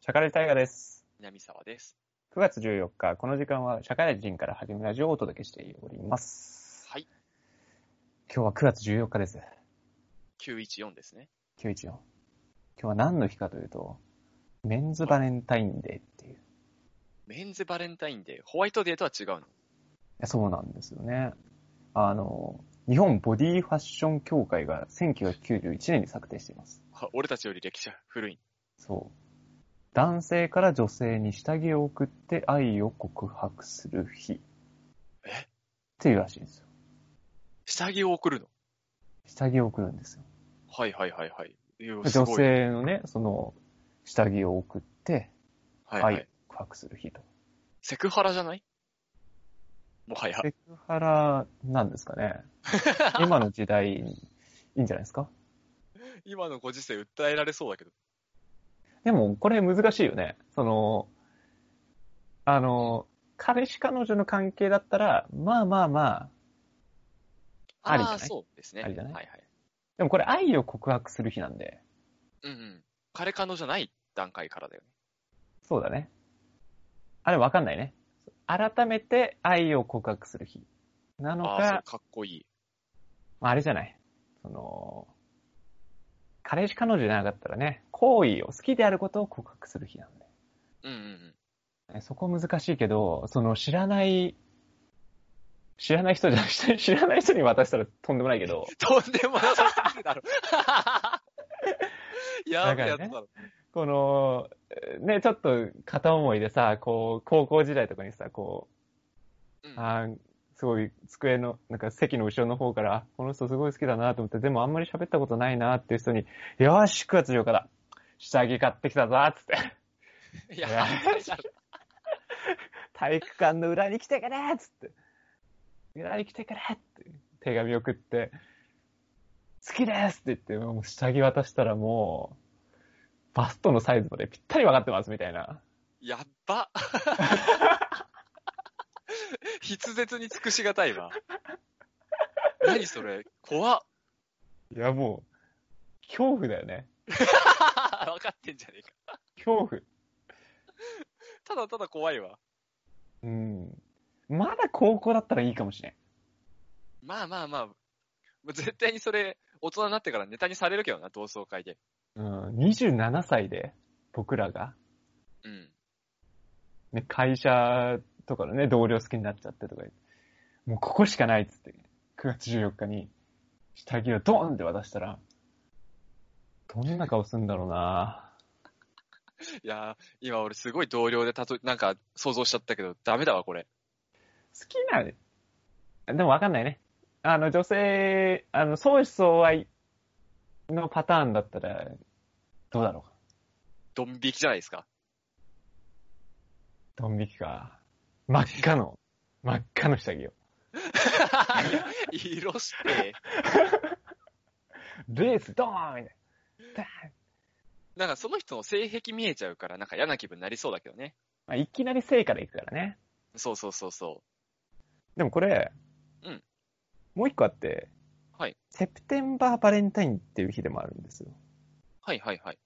シャカレタイガです。南沢です。 9月14日、この時間は社会人から始めラジオをお届けしております。はい。今日は9月14日です。 914ですね。 914。今日は何の日かというと、メンズバレンタインデーっていう。いメンズバレンタインデー、ホワイトデーとは違うの。 やそうなんですよね。あの、日本ボディファッション協会が1991年に策定しています。あ俺たちより歴史は古い。そう。男性から女性に下着を送って愛を告白する日。えっていうらしいんですよ。下着を送るの。下着を送るんですよ。はいはいはいはい。いやす女ごい。性のね、その、下着を送って、はい、は愛いを告白する日と。セクハラじゃないもはや。セクハラなんですか ね。今の時代、いいんじゃないですか今のご時世訴えられそうだけど。でも、これ難しいよね。その、あの、彼氏彼女の関係だったら、まあまあまあ、ありじゃなああいー、そうですね。ありじゃないはいはい。でもこれ愛を告白する日なんで、うんうん。彼彼女じゃない段階からだよね。そうだね。あれわかんないね。改めて愛を告白する日。なのああ、それか、かっこいい。まああれじゃない。その、彼氏彼女じゃなかったらね、好意を、好きであることを告白する日なんで。うんうんうん。えそこ難しいけど、その知らない、知らない人じゃな くて、知らない人に渡したらとんでもないけど、とんでもなさすぎる だろ。 やべえやつだだかろ。この、えね、ちょっと片思いでさ、こう、高校時代とかにさ、こうう、ん、あーすごい机の、なんか席の後ろの方から、あこの人すごい好きだなと思って、でもあんまり喋ったことないなっていう人に、よーし、9月8日だ下着買ってきたぞっつって。いや、いやあれだろ体育館の裏に来てくれっつって。裏に来てくれって手紙送って、好きですって言って、もう下着渡したらもう、バストのサイズまでぴったり分かってますみたいな。やっ ば筆舌に尽くしがたいわ。何それ怖っいやもう、恐怖だよね。分かってんじゃねえか。恐怖。ただただ怖いわ。うん。まだ高校だったらいいかもしれん。まあまあまあ。もう絶対にそれ、大人になってからネタにされるけどな、同窓会で。うん。27歳で、僕らが、うん。ね、会社とかのね、同僚好きになっちゃってとか言って、もうここしかないっつって、9月14日に下着をドーンって渡したら、どんな顔すんだろうないやー、今俺すごい同僚でたと、なんか想像しちゃったけど、ダメだわ、これ。好きな、でもわかんないね。あの、女性、あの、相思相愛のパターンだったら、どうだろうか。ドン引きじゃないです か。ドン引きか。真っ赤の、真っ赤の下着を。色して、レースドーンみたいな。ダーンなんかその人の性癖見えちゃうから、なんか嫌な気分になりそうだけどね。まあ、いきなり成果でいくからね。そうそうそうそう。でもこれ、うんもう一個あって、はいセプテンバーバレンタインっていう日でもあるんですよ。はいはいはい。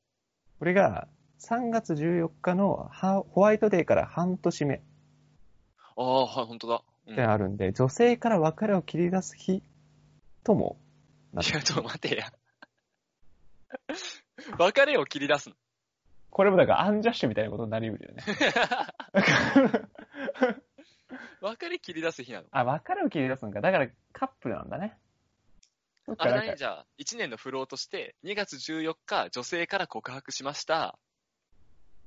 これが3月14日のハホワイトデーから半年目ああ、はい、本当だ。うん、で いや、あるんで、女性から別れを切り出す日ともなってちるょっと待てや。 別れを切り出すの。これもだからアンジャッシュみたいなことになりうるよね。 別れ切り出す日なの。あ、別れを切り出すのか。だからカップルなんだね。そっあかれなんだかね、じゃあ、1年の不老として、2月14日、女性から告白しました。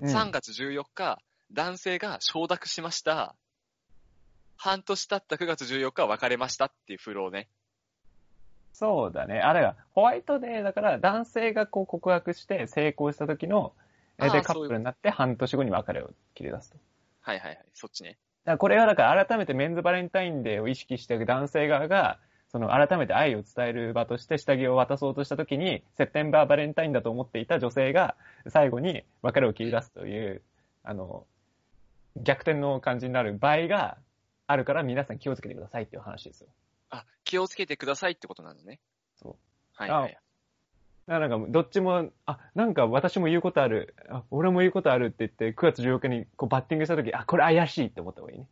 うん3月14日、男性が承諾しました。半年経った9月14日は別れましたっていう不老ね。そうだね。あれが、ホワイトデーだから、男性がこう告白して成功した時の、えあで、あカそうッいうことプルになって半年後に別れを切り出すと。だはいはいはい、そっちね。からこれはだから改めてメンズバレンタインデーを意識して男性側が、その改めて愛を伝える場として下着を渡そうとした時に、セプテンバーバレンタインだと思っていた女性が、最後に別れを切り出すという、あの、逆転の感じになる場合があるから皆さん気をつけてくださいっていう話ですよ。あ、気をつけてくださいってことなのね。そう。はいはい。あなんかもうどっちも、あ、なんか私も言うことある、あ俺も言うことあるって言って、9月14日にこうバッティングしたとき、あ、これ怪しいって思った方がいいね。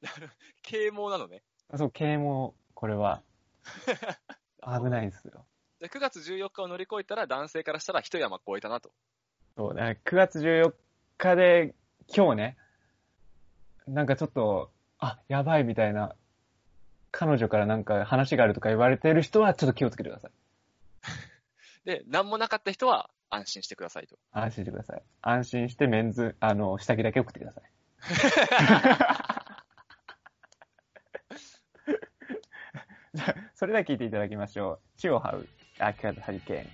なる啓蒙なのね。あそう、啓蒙、これは。危ないですよ。で9月14日を乗り越えたら男性からしたら一山越えたなと。そうね、9月14日で、今日ね、なんかちょっと、あ、やばいみたいな、彼女からなんか話があるとか言われてる人はちょっと気をつけてください。で、何もなかった人は安心してくださいと。安心してください。安心してメンズ、あの、下着だけ送ってください。 じゃあそれでは聞いていただきましょう。地を這う、秋風ハリケーン。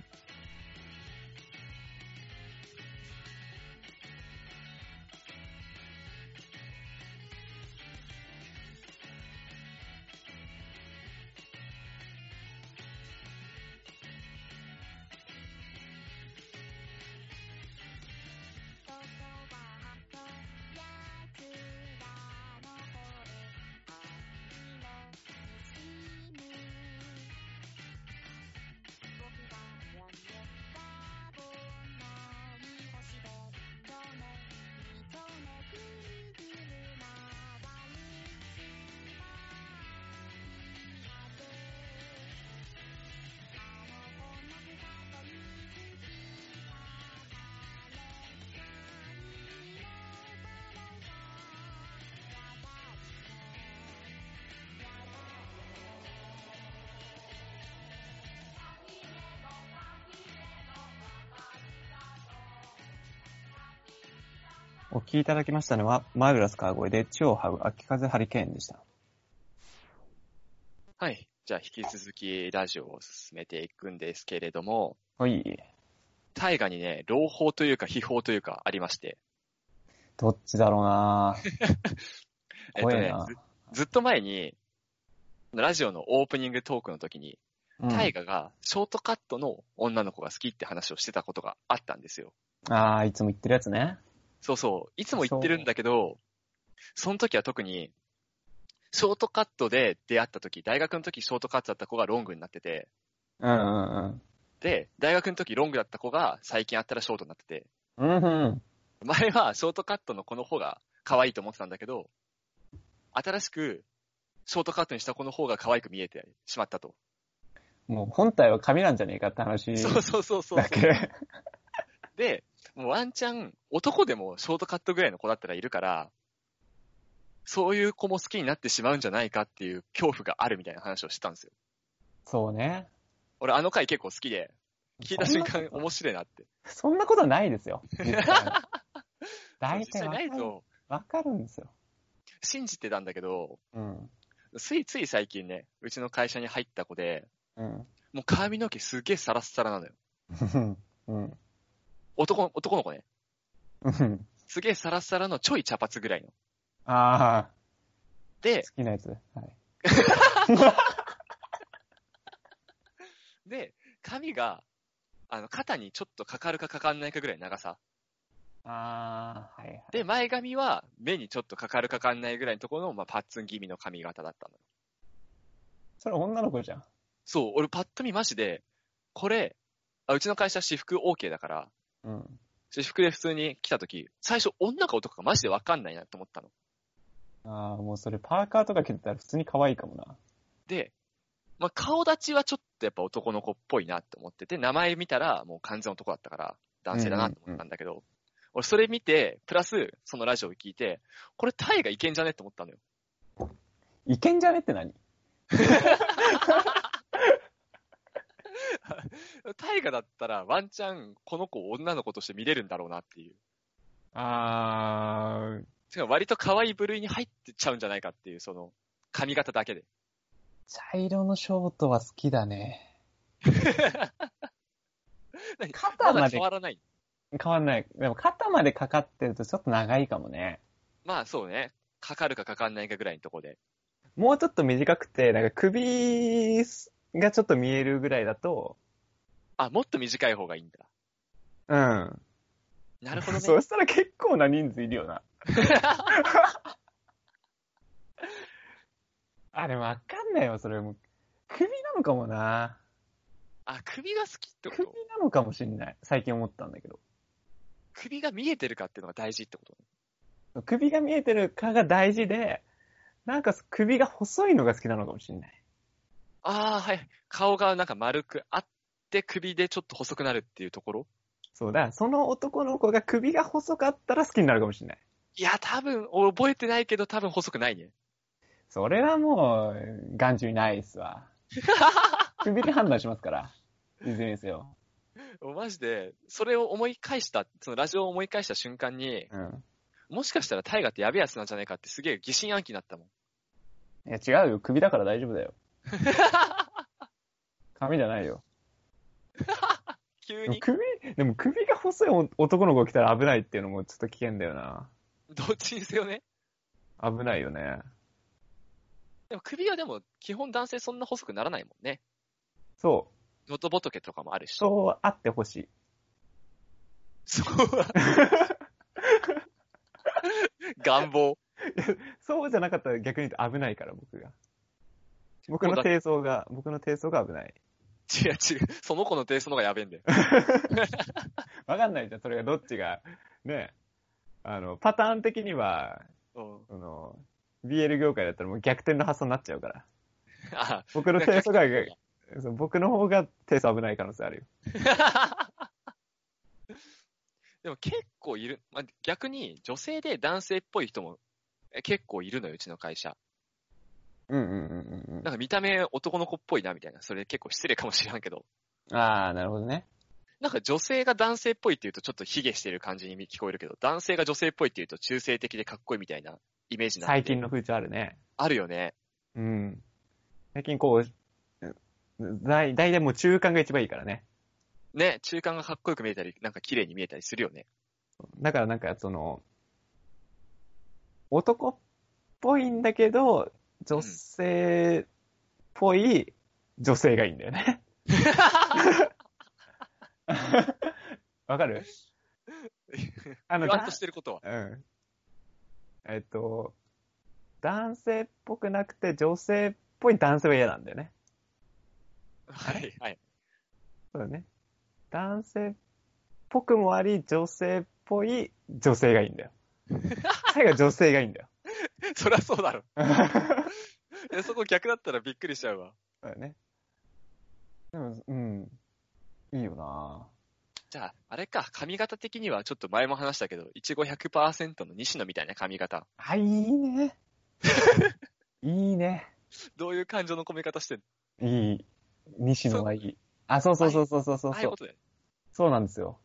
「ここはとやつらのほれ」「愛のしみ」「僕がやめたものに星でどめ」「糸のくるくる回るつま風」「あの音楽がとに吹き放れ」お聞きいただきましたのは、マイグラス川越で地を這う秋風ハリケーンでした。はい。じゃあ引き続きラジオを進めていくんですけれども、はい。大河にね、朗報というか秘宝というかありまして、どっちだろうなえっと怖えねな、。ずずっと前に、ラジオのオープニングトークの時に、うん大河がショートカットの女の子が好きって話をしてたことがあったんですよ。ああ、いつも言ってるやつね。そうそう。いつも言ってるんだけど、その時は特に、ショートカットで出会った時、大学の時ショートカットだった子がロングになってて、うんうんで、大学の時ロングだった子が最近会ったらショートになってて、うん。うんうん。前はショートカットの子の方が可愛いと思ってたんだけど、新しくショートカットにした子の方が可愛く見えてしまったと。もう本体は紙なんじゃねえかって話そうそうそうそうだ。け。で、もうワンチャン男でもショートカットぐらいの子だったらいるから、そういう子も好きになってしまうんじゃないかっていう恐怖があるみたいな話をしてたんですよ。そうね。俺あの回結構好きで、聞いた瞬間面白いなって。そんなことないですよ。実 際大実体際わかないるとわかるんですよ。信じてたんだけど、うん。ついつい最近ね、うちの会社に入った子で、うん。もう髪の毛すげえサラッサラなのよ。うん。男の、男の子ね。うん。すげえサラッサラのちょい茶髪ぐらいの。ああ、で好、きなやつ。はい。で、髪が、あの、肩にちょっとかかるかかかんないかぐらいの長さ。ああ、はいはい。で、前髪は目にちょっとかかるかかんないぐらいのところの、まあ、パッツン気味の髪型だったの。それ女の子じゃん。そう、俺パッと見マジで、これ、あうちの会社私服 OK だから、うん。私服で普通に来た時、最初女か男かマジでわかんないなと思ったの。ああ、もうそれパーカーとか着てたら普通に可愛いかもな。で、まあ、顔立ちはちょっとやっぱ男の子っぽいなって思ってて、名前見たらもう完全男だったから、男性だなと思ったんだけど、俺それ見て、プラスそのラジオを聞いて、これタイがいけんじゃねって思ったのよ。いけんじゃねって何タイガだったらワンチャンこの子を女の子として見れるんだろうなっていう。ああ、しかも割と可愛い部類に入ってっちゃうんじゃないかっていう、その、髪型だけで。茶色のショートは好きだ ね。何肩ままだで変わらない。変わんない。でも肩までかかってるとちょっと長いかもね。まあそうね。かかるかかかんないかぐらいのとこで。もうちょっと短くて、なんか首がちょっと見えるぐらいだと、あ、もっと短い方がいいんだ。うん。なる ほどね。そうしたら結構な人数いる よな。あ、でもわかんないわ、それも。首なのかもな。あ、首が好きってこ首となのかもしんない。最近思ったんだけど。首が見えてるかっていうのが大事ってこと首が見えてるかが大事で、なんか首が細いのが好きなのかもしんない。ああ、はい。顔がなんか丸くあって、首でちょっと細くなるっていうところそうだ、その男の子が首が細かったら好きになるかもしんない。いや、多分、俺覚えてないけど、多分細くないね。それはもう、眼中にないっすわ。首で判断しますから。いずれにせよ。マジで、それを思い返した、そのラジオを思い返した瞬間に、うん。もしかしたらタイガってやべえやつなんじゃないかってすげえ疑心暗鬼になったもん。いや、違うよ。首だから大丈夫だよ。髪じゃないよ。急でもに、首、でも首が細い男の子が来たら危ないっていうのもちょっと危険だよな。どっちにせよね。危ないよね。でも首はでも、基本男性そんな細くならないもんね。そう。のとぼとけとかもあるし。そうあってほしい。 そう。願望。そうじゃなかったら逆に言うと危ないから、僕が。僕の低層が、僕の低層が危ない。違う違う。その子のテイストの方がやべえんだよ。わかんないじゃん、それがどっちが。ねあの、パターン的には、うん。その、BL 業界だったらもう逆転の発想になっちゃうから。あ僕の低層が、そう僕の方が低層危ない可能性あるよ。 でも結構いる、まあ、逆に女性で男性っぽい人もえ結構いるのよ、うちの会社。うんうんうんうんうなんか見た目男の子っぽいなみたいな、それ結構失礼かもしれんけど、ん。ああ、なるほどね。なんか女性が男性っぽいっていうとちょっと卑下してる感じに聞こえるけど、男性が女性っぽいっていうと中性的でかっこいいみたいなイメージにな最って近の風潮あるね。あるよね。うん。最近こう、うん大大体もう中間が一番いいからね。ね、中間がかっこよく見えたり、なんか綺麗に見えたりするよね。だからなんかその、男っぽいんだけど、女性っぽい女性がいいんだよね。わかるあの、ふわっだとしてることは。うん。えっと、男性っぽくなくて女性っぽい男性は嫌なんだよね。はい、はい。そうだね。男性っぽくもあり、女性っぽい女性がいいんだよ。最後は女性がいいんだよ。 そりゃそうだろ。いやそこ逆だったらびっくりしちゃうわ。そうだね。でも、うん。いいよなじゃあ、あれか、髪型的にはちょっと前も話したけど、いちご100%の西野みたいな髪型。あ、いいね。いいね。どういう感情の込め方してんいい。西野はいい。あ、そうそうそうそうそうそのうああいそううこ。とだよね。そうなんですよ。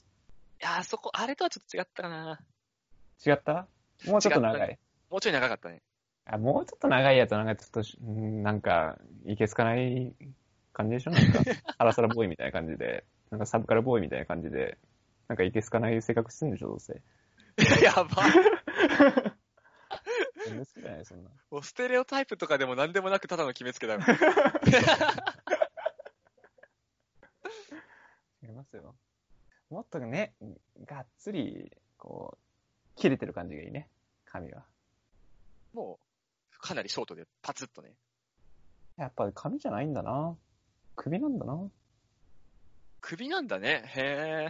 いやー、そこ、あれとはちょっと違ったかな。違ったもうちょっと違長ったい。もうちょい長かったね。あ、もうちょっと長いやつはなんかちょっとし、うんなんか、いけつかない感じでしょなん か、アラサラボーイみたいな感じで、なんかサブカルボーイみたいな感じで、なんかいけつかない性格してんでしょ、どうせ。やば。全然好きじゃない、そんな。もうステレオタイプとかでも何でもなくただの決めつけ だよ。違いますよ。もっとね、がっつり、こう、切れてる感じがいいね、髪は。もう、かなりショートでパツッとね。やっぱ髪じゃないんだな。首なんだな。首なんだね。へ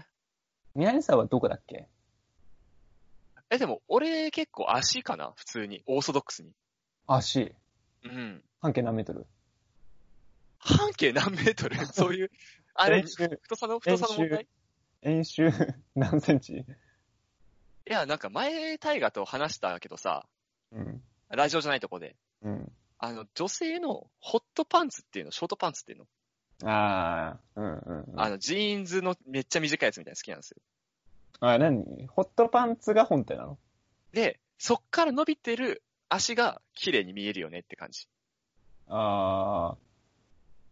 宮さんはどこだっけー。え、でも俺結構足かな普通に。オーソドックスに。足。うん。半径何メートル半径何メートル そういう、あれ練、習、太さの、太さの問題練習、何センチいや、なんか前、タイガと話したけどさ、うん。ラジオじゃないとこで、うん。あの、女性のホットパンツっていうの、ショートパンツっていうの、ああ、うんうん、うん。あの、ジーンズのめっちゃ短いやつみたいなの好きなんですよ。あ、何ホットパンツが本体なので、そっから伸びてる足が綺麗に見えるよねって感じ。あ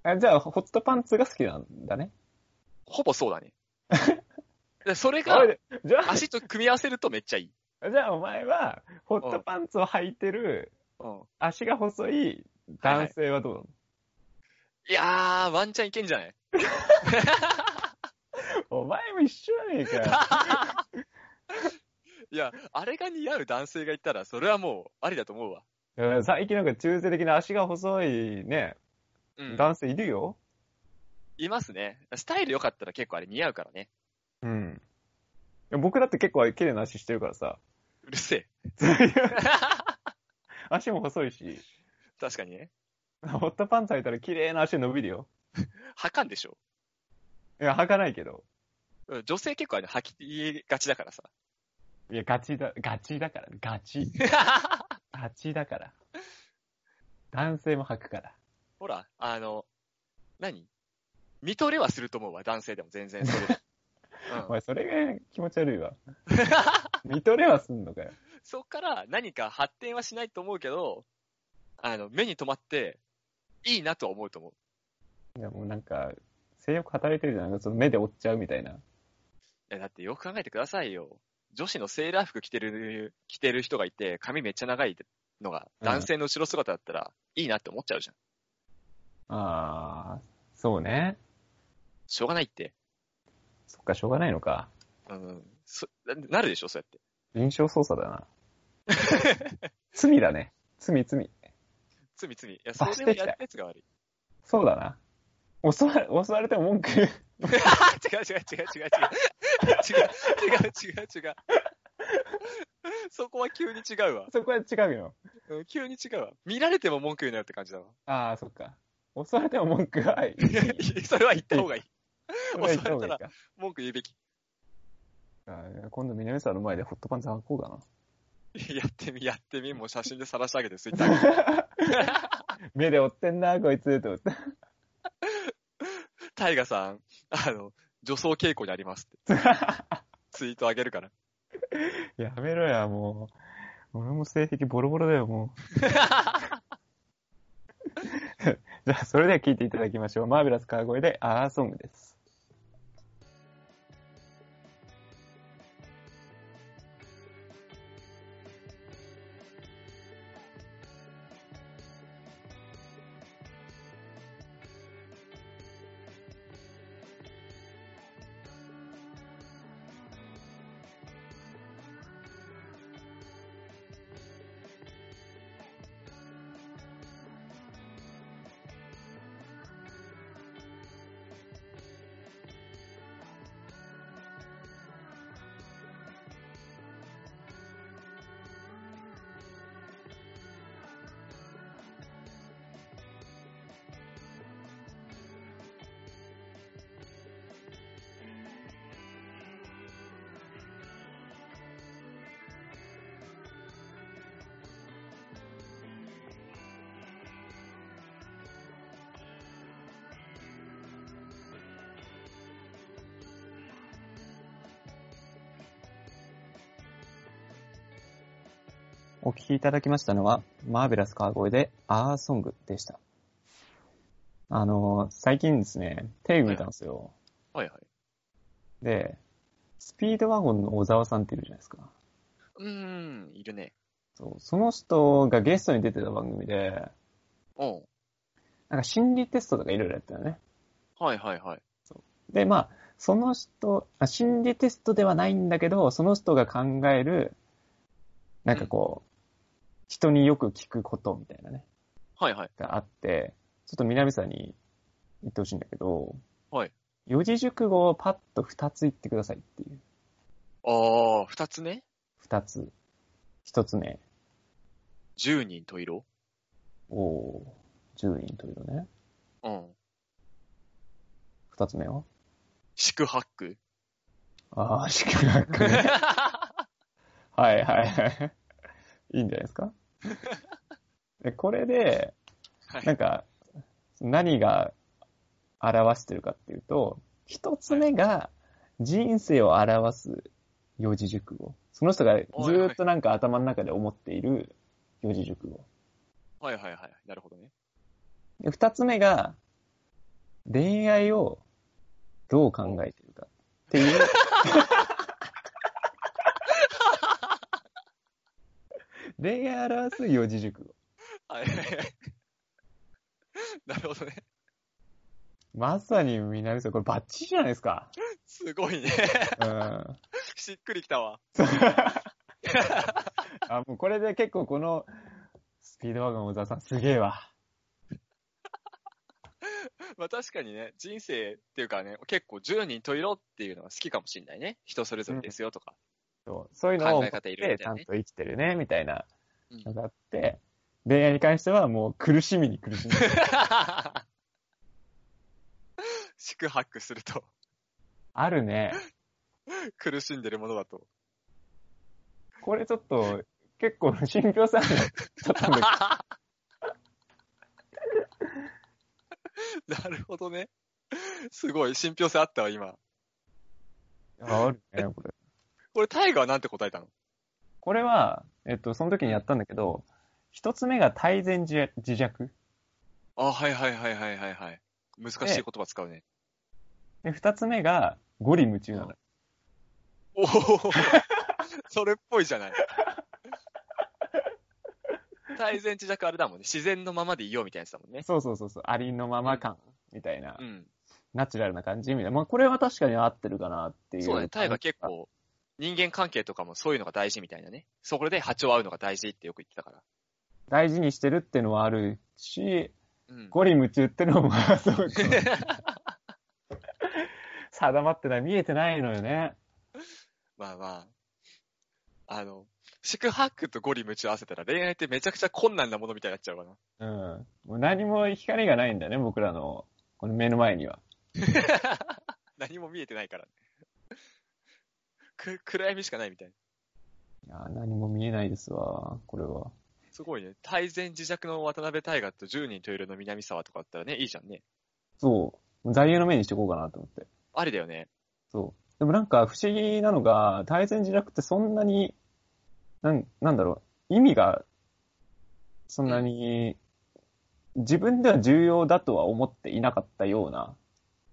ーあ。じゃあ、ホットパンツが好きなんだね。ほぼそう だね。でそれがあ、じゃ足と組み合わせるとめっちゃいい。あ、じゃあお前は、ホットパンツを履いてる、うん。足が細い男性はどうなの、いやー、ワンチャンいけんじゃないお前も一緒じゃねえかよ。いや、あれが似合う男性がいた ら、それはもう、ありだと思うわ。うん最近なんか中性的な足が細いね、うん。男性いるよ。いますね。スタイル良かったら結構あれ似合うからね。うん。いや僕だって結構あれ綺麗な足してるからさ。 うるせえ。足も細いし、確かにね。ホットパンツ履いたら綺麗な足伸びるよ。はかんでしょ。いや、履かないけど。うん女性結構あれ吐きがちだからさ。いや、ガチだ、ガチだから、ガチ。ガチだから。男性も履くから。ほら、あの、何見とれはすると思うわ、男性でも全然それで。おうん、前、それが気持ち悪いわ。見とれはすんのかよ。そっから何か発展はしないと思うけど、あの、目に留まって、いいなとは思うと思う。いや、もうなんか、性欲働いてるじゃないその目で追っちゃうみたいな。いや、だってよく考えてくださいよ。女子のセーラー服着てる、着てる人がいて、髪めっちゃ長いのが、うん男性の後ろ姿だったら、いいなって思っちゃうじゃん。あー、そうね。しょうがないって。そっか、しょうがないのか。うん。そななるでしょ、そうやって。臨床操作だな。罪だね。罪、罪。罪罪。いや、そ罰れしてをきたやったやつが悪い。そうだな。襲われ、襲われても文句 違う違う違う違う違う違う違う違う違う違う違うそこは急に違うわ、そこは違うよ。うん急に違うわ見られても文句言うなよって感じだわ あー、そっか。襲われても文句は、はい。いやいやそれは言った方がいいそれは言った方がいいか。文句言うべきあー今度、南沢の前でホットパンツ履こうかな。やってみやってみもう写真で晒してあげてツイッター目で追ってんな、こいつ、と思って。タイガさんあの女装傾向にありますってツイートあげるからやめろや、もう。俺も性癖ボロボロだよ、もう。 じゃあ、それでは聞いていただきましょう。マーベラス川越でアーソングです。お聞きいただきましたのは、マーベラス川越でアーソングでした。あのー、最近ですね、テレビ見たんですよ。はいはいで、スピードワゴンの小沢さんっているじゃないですか。うーんいるねそうその人がゲストに出てた番組で、うんなんか心理テストとかいろいろやってたよね。はいはいはいで、まあ、その人、あ心理テストではないんだけど、その人が考える、なんかこう、人によく聞くことみたいなね、はいはいがあって、ちょっと南さんに言ってほしいんだけど、はい。四字熟語をパッと二つ言ってくださいっていう。ああ二つ目二つ。一つ目。十人十色おお十人というのね。うん二つ目は宿泊ああ、宿泊ね。はいはいはい。いいんじゃないですかでこれで、はいなんか、何が表してるかっていうと、一つ目が人生を表す四字熟語。その人がずーっとなんか頭の中で思っている四字熟語。はいはいはいなるほどねで二つ目が、恋愛をどう考えてるかっていう。 恋愛を表す四字熟語。はいはいはい。 なるほどね。まさに南さん、これバッチリじゃないですか。すごいね。 うん。あ、しっくりきたわ。もうこれで結構この、スピードワゴン小沢さんすげえわ。まあ確かにね、人生っていうかね、結構十人十色っていうのは好きかもしれないね。人それぞれですよとか。そうそういうのを考え方いろいろちだゃよんねと生きてるね、みたいなうんのがあって、恋愛に関してはもう苦しみに苦しんで る宿泊するとあるね。苦しんでるものだと。これちょっと、結構信憑性あるのちょっとなんだ なるほどね。すごい、信憑性あったわ、今。けどああるね、これ。これ、タイガーなんて答えたのこれは、えっと、その時にやったんだけど、一つ目が対前自自弱。あ、はいはいはいはいはいはい。難しい言葉使うね。で、二つ目が、ゴリ夢中なの。おお それっぽいじゃない。対前知弱あれだもんね。自然のままでいようみたいなやつだもんね。そうそうそうそう、ありのまま感、みたいな、うん。ナチュラルな感じみたいな。まあ、これは確かに合ってるかなっていう。そうだね。タイガー結構、人間関係とかもそういうのが大事みたいなね。そこで波長合うのが大事ってよく言ってたから。大事にしてるってのはあるし、うん。ゴリ夢中ってのも、そう 定まってない、見えてないのよね。まあまあ。あの、宿泊とゴリ夢中合わせたら恋愛ってめちゃくちゃ困難なものみたいになっちゃうかな。うん。もう何も光がないんだよね、僕らの、この目の前には。何も見えてないから、ね。く、暗闇しかないみたいな。いやー、何も見えないですわ、これは。すごいね。大前自弱の渡辺大河と10人といるの南沢とかだったらね、いいじゃんね。そう。座右の目にしていこうかなと思って。ありだよね。そう。でもなんか不思議なのが、対戦自楽ってそんなに、なん、なんだろう、意味が、そんなに、自分では重要だとは思っていなかったような。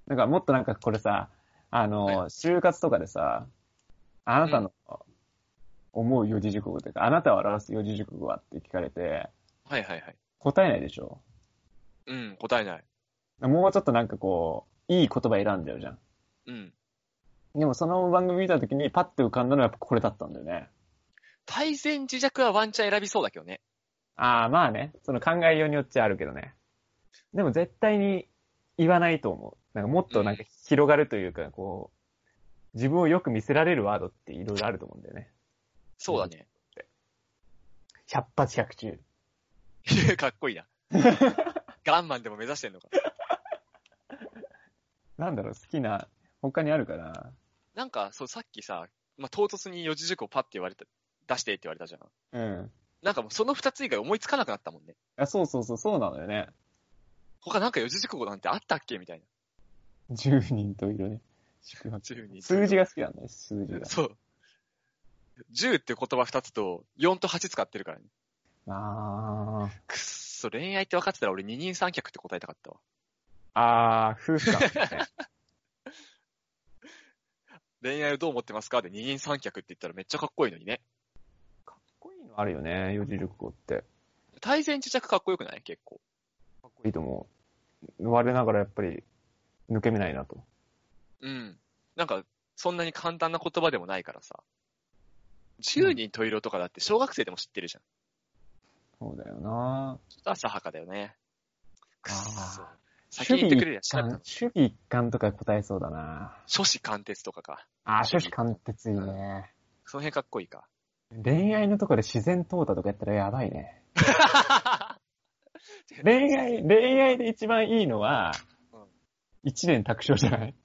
なんかもっとなんかこれさ、あの、就活とかでさ、あなたの思う四字熟語というか、あなたを表す四字熟語はって聞かれて、はいはいはい。答えないでしょ。うん、答えない。もうちょっとなんかこう、いい言葉選んじゃうじゃん。うん。でもその番組見た時にパッて浮かんだのはやっぱこれだったんだよね。大前自弱はワンチャン選びそうだけどね。ああ、まあね。その考えようによっちゃあるけどね。でも絶対に言わないと思う。なんかもっとなんか広がるというか、こう、自分をよく見せられるワードっていろいろあると思うんだよね。そうだね。百発百中。い やかっ こいいな。ガンマンでも目指してんのか。なんだろう、好きな、他にあるかな。なんか、そう、さっきさ、まあ、唐突に四字熟語パッて言われた、出してって言われたじゃん。うん。なんかもうその二つ以外思いつかなくなったもんね。あ、そうそうそう、そうなのよね。他なんか四字熟語なんてあったっけみたいな。 10人と色ね。宿泊10人数字が好きなんだよ、数字が。そう。10って言葉2つと、4と8使ってるからね。あくっそ、恋愛って分かってたら俺二人三脚って答えたかったわ。あ。ああ、夫 婦感、ね。恋愛をどう思ってますかで二人三脚って言ったらめっちゃかっこいいのにね。かっこいいのあるよね、四字熟語って。対前自着かっこよくない結構。かっこいいと思う。我ながらやっぱり、抜け目ないなと。うん。なんか、そんなに簡単な言葉でもないからさ。10人十色とかだって小学生でも知ってるじゃん。そうだよなちょっと浅はかだよね。くっそあ。先に言ってくれりゃ調べた守の。備一貫とか答えそうだな諸子貫徹とかか。ああ、守備貫徹いいね。その辺かっこいいか。恋愛のとこで自然淘汰とかやったらやばいね。 恋愛、恋愛で一番いいのはうん、一年卓勝じゃない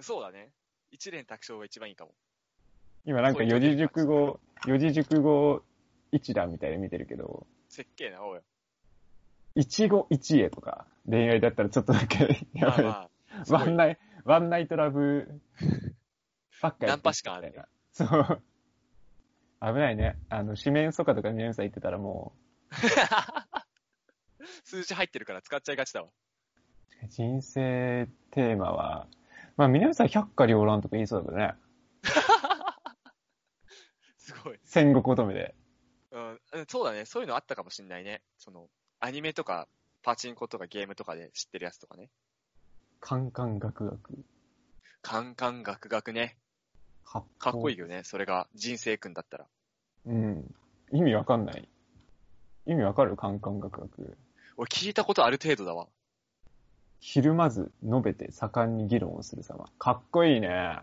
そうだね。一連卓勝が一番いいかも。今なんか四字熟語、四字熟語一覧みたいで見てるけど、せっけえな、おい。一語一会とか、恋愛だったらちょっとだけ、やまあばい。まあ、すごワンい。ナイ、ワンナイトラブばっかやってるナンパしかあるねそう。危ないね。あの、四面楚歌とか皆さん言ってたらも数字入ってるから使っちゃいがちだわ。う、人生テーマは、まあ、皆さん百花繚乱とか言いそうだけどね。すごい。戦国乙女で。うん、うんそうだね。そういうのあったかもしんないね。その、アニメとか、パチンコとかゲームとかで知ってるやつとかね。カンカンガクガク。カンカンガクガクね。かっかっこいい。いよね。それが人生君だったら。うん。意味わかんない。意味わかるカンカンガクガク。俺聞いたことある程度だわ。ひるまず述べて盛んに議論をする様。かっこいいね。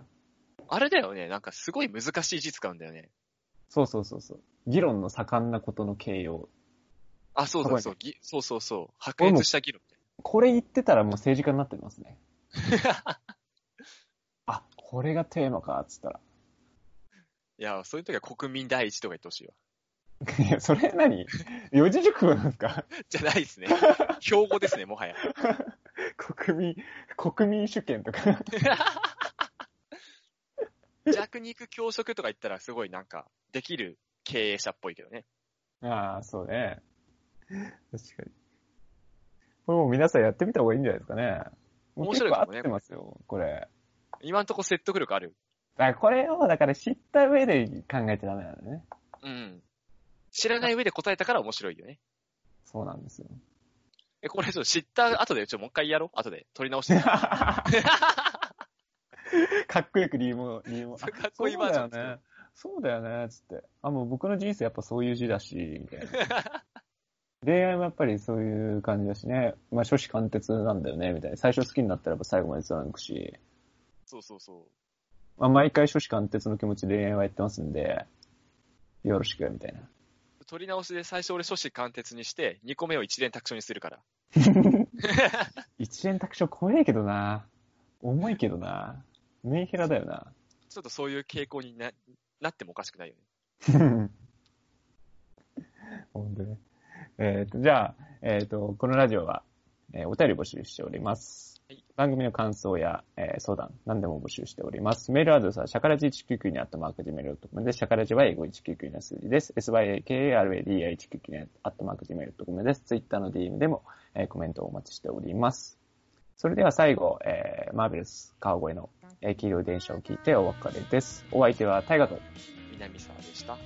あれだよね、なんかすごい難しい字使うんだよね。そうそうそうそう。議論の盛んなことの形容。あ、そうそうそかう、ぎそうそうそう、白熱した議論。これ言ってたらもう政治家になってます ね。あ、これがテーマか、っつったら。いや、そういう時は国民第一とか言ってほしいよ。い や、それ何四字熟語なんですか じゃないですね。標語ですね、もはや。国民、国民主権とか。 弱肉強食とか言ったらすごいなんか、できる経営者っぽいけどね。ああ、そうね。確かに。これもう皆さんやってみた方がいいんじゃないですかね。もう面白い結か構も合ねってますよ、これ。今んとこ説得力ある。だからこれを、だから知った上で考えちゃダメなんだね。うん。知らない上で答えたから面白いよね。そうなんですよ。え、これちょっと知った後で、ちょ、もう一回やろう後で。取り直して。 かっこよく理由も、理由も。 そうかっこいいバージョンそうだよね。そうだよね、つって。あ、もう僕の人生やっぱそういう字だし、みたいな。 恋愛もやっぱりそういう感じだしね。まあ、初子貫徹なんだよね、みたいな。最初好きになったらやっぱ最後まで貫くし。 そうそうそまあ、毎回初子貫徹の気持ちで恋愛はやってますんで、よろしく、みたいな。う。取り直しで最初俺初子貫徹にして、2個目を一連卓書にするから。一円卓上怖えけどな。重いけどな。メンヘラだよな。ちょっとそういう傾向にな、なってもおかしくないよね。 ほんとね。えっ、と、じゃあ、えっ、と、このラジオは、えーお便り募集しております。はい番組の感想や、えー相談、何でも募集しております。メールアドレスは、シャカラジ199にアットマークジメールドットコムで、シャカラジは英語199の数字です。syakaradi199 にアットマークジメールドットコムです。ツイッターの DM でも、えーコメントをお待ちしております。それでは最後、えーマーベルス川越の、えー黄色い電車を聞いてお別れです。お相手は大河と南沢でした。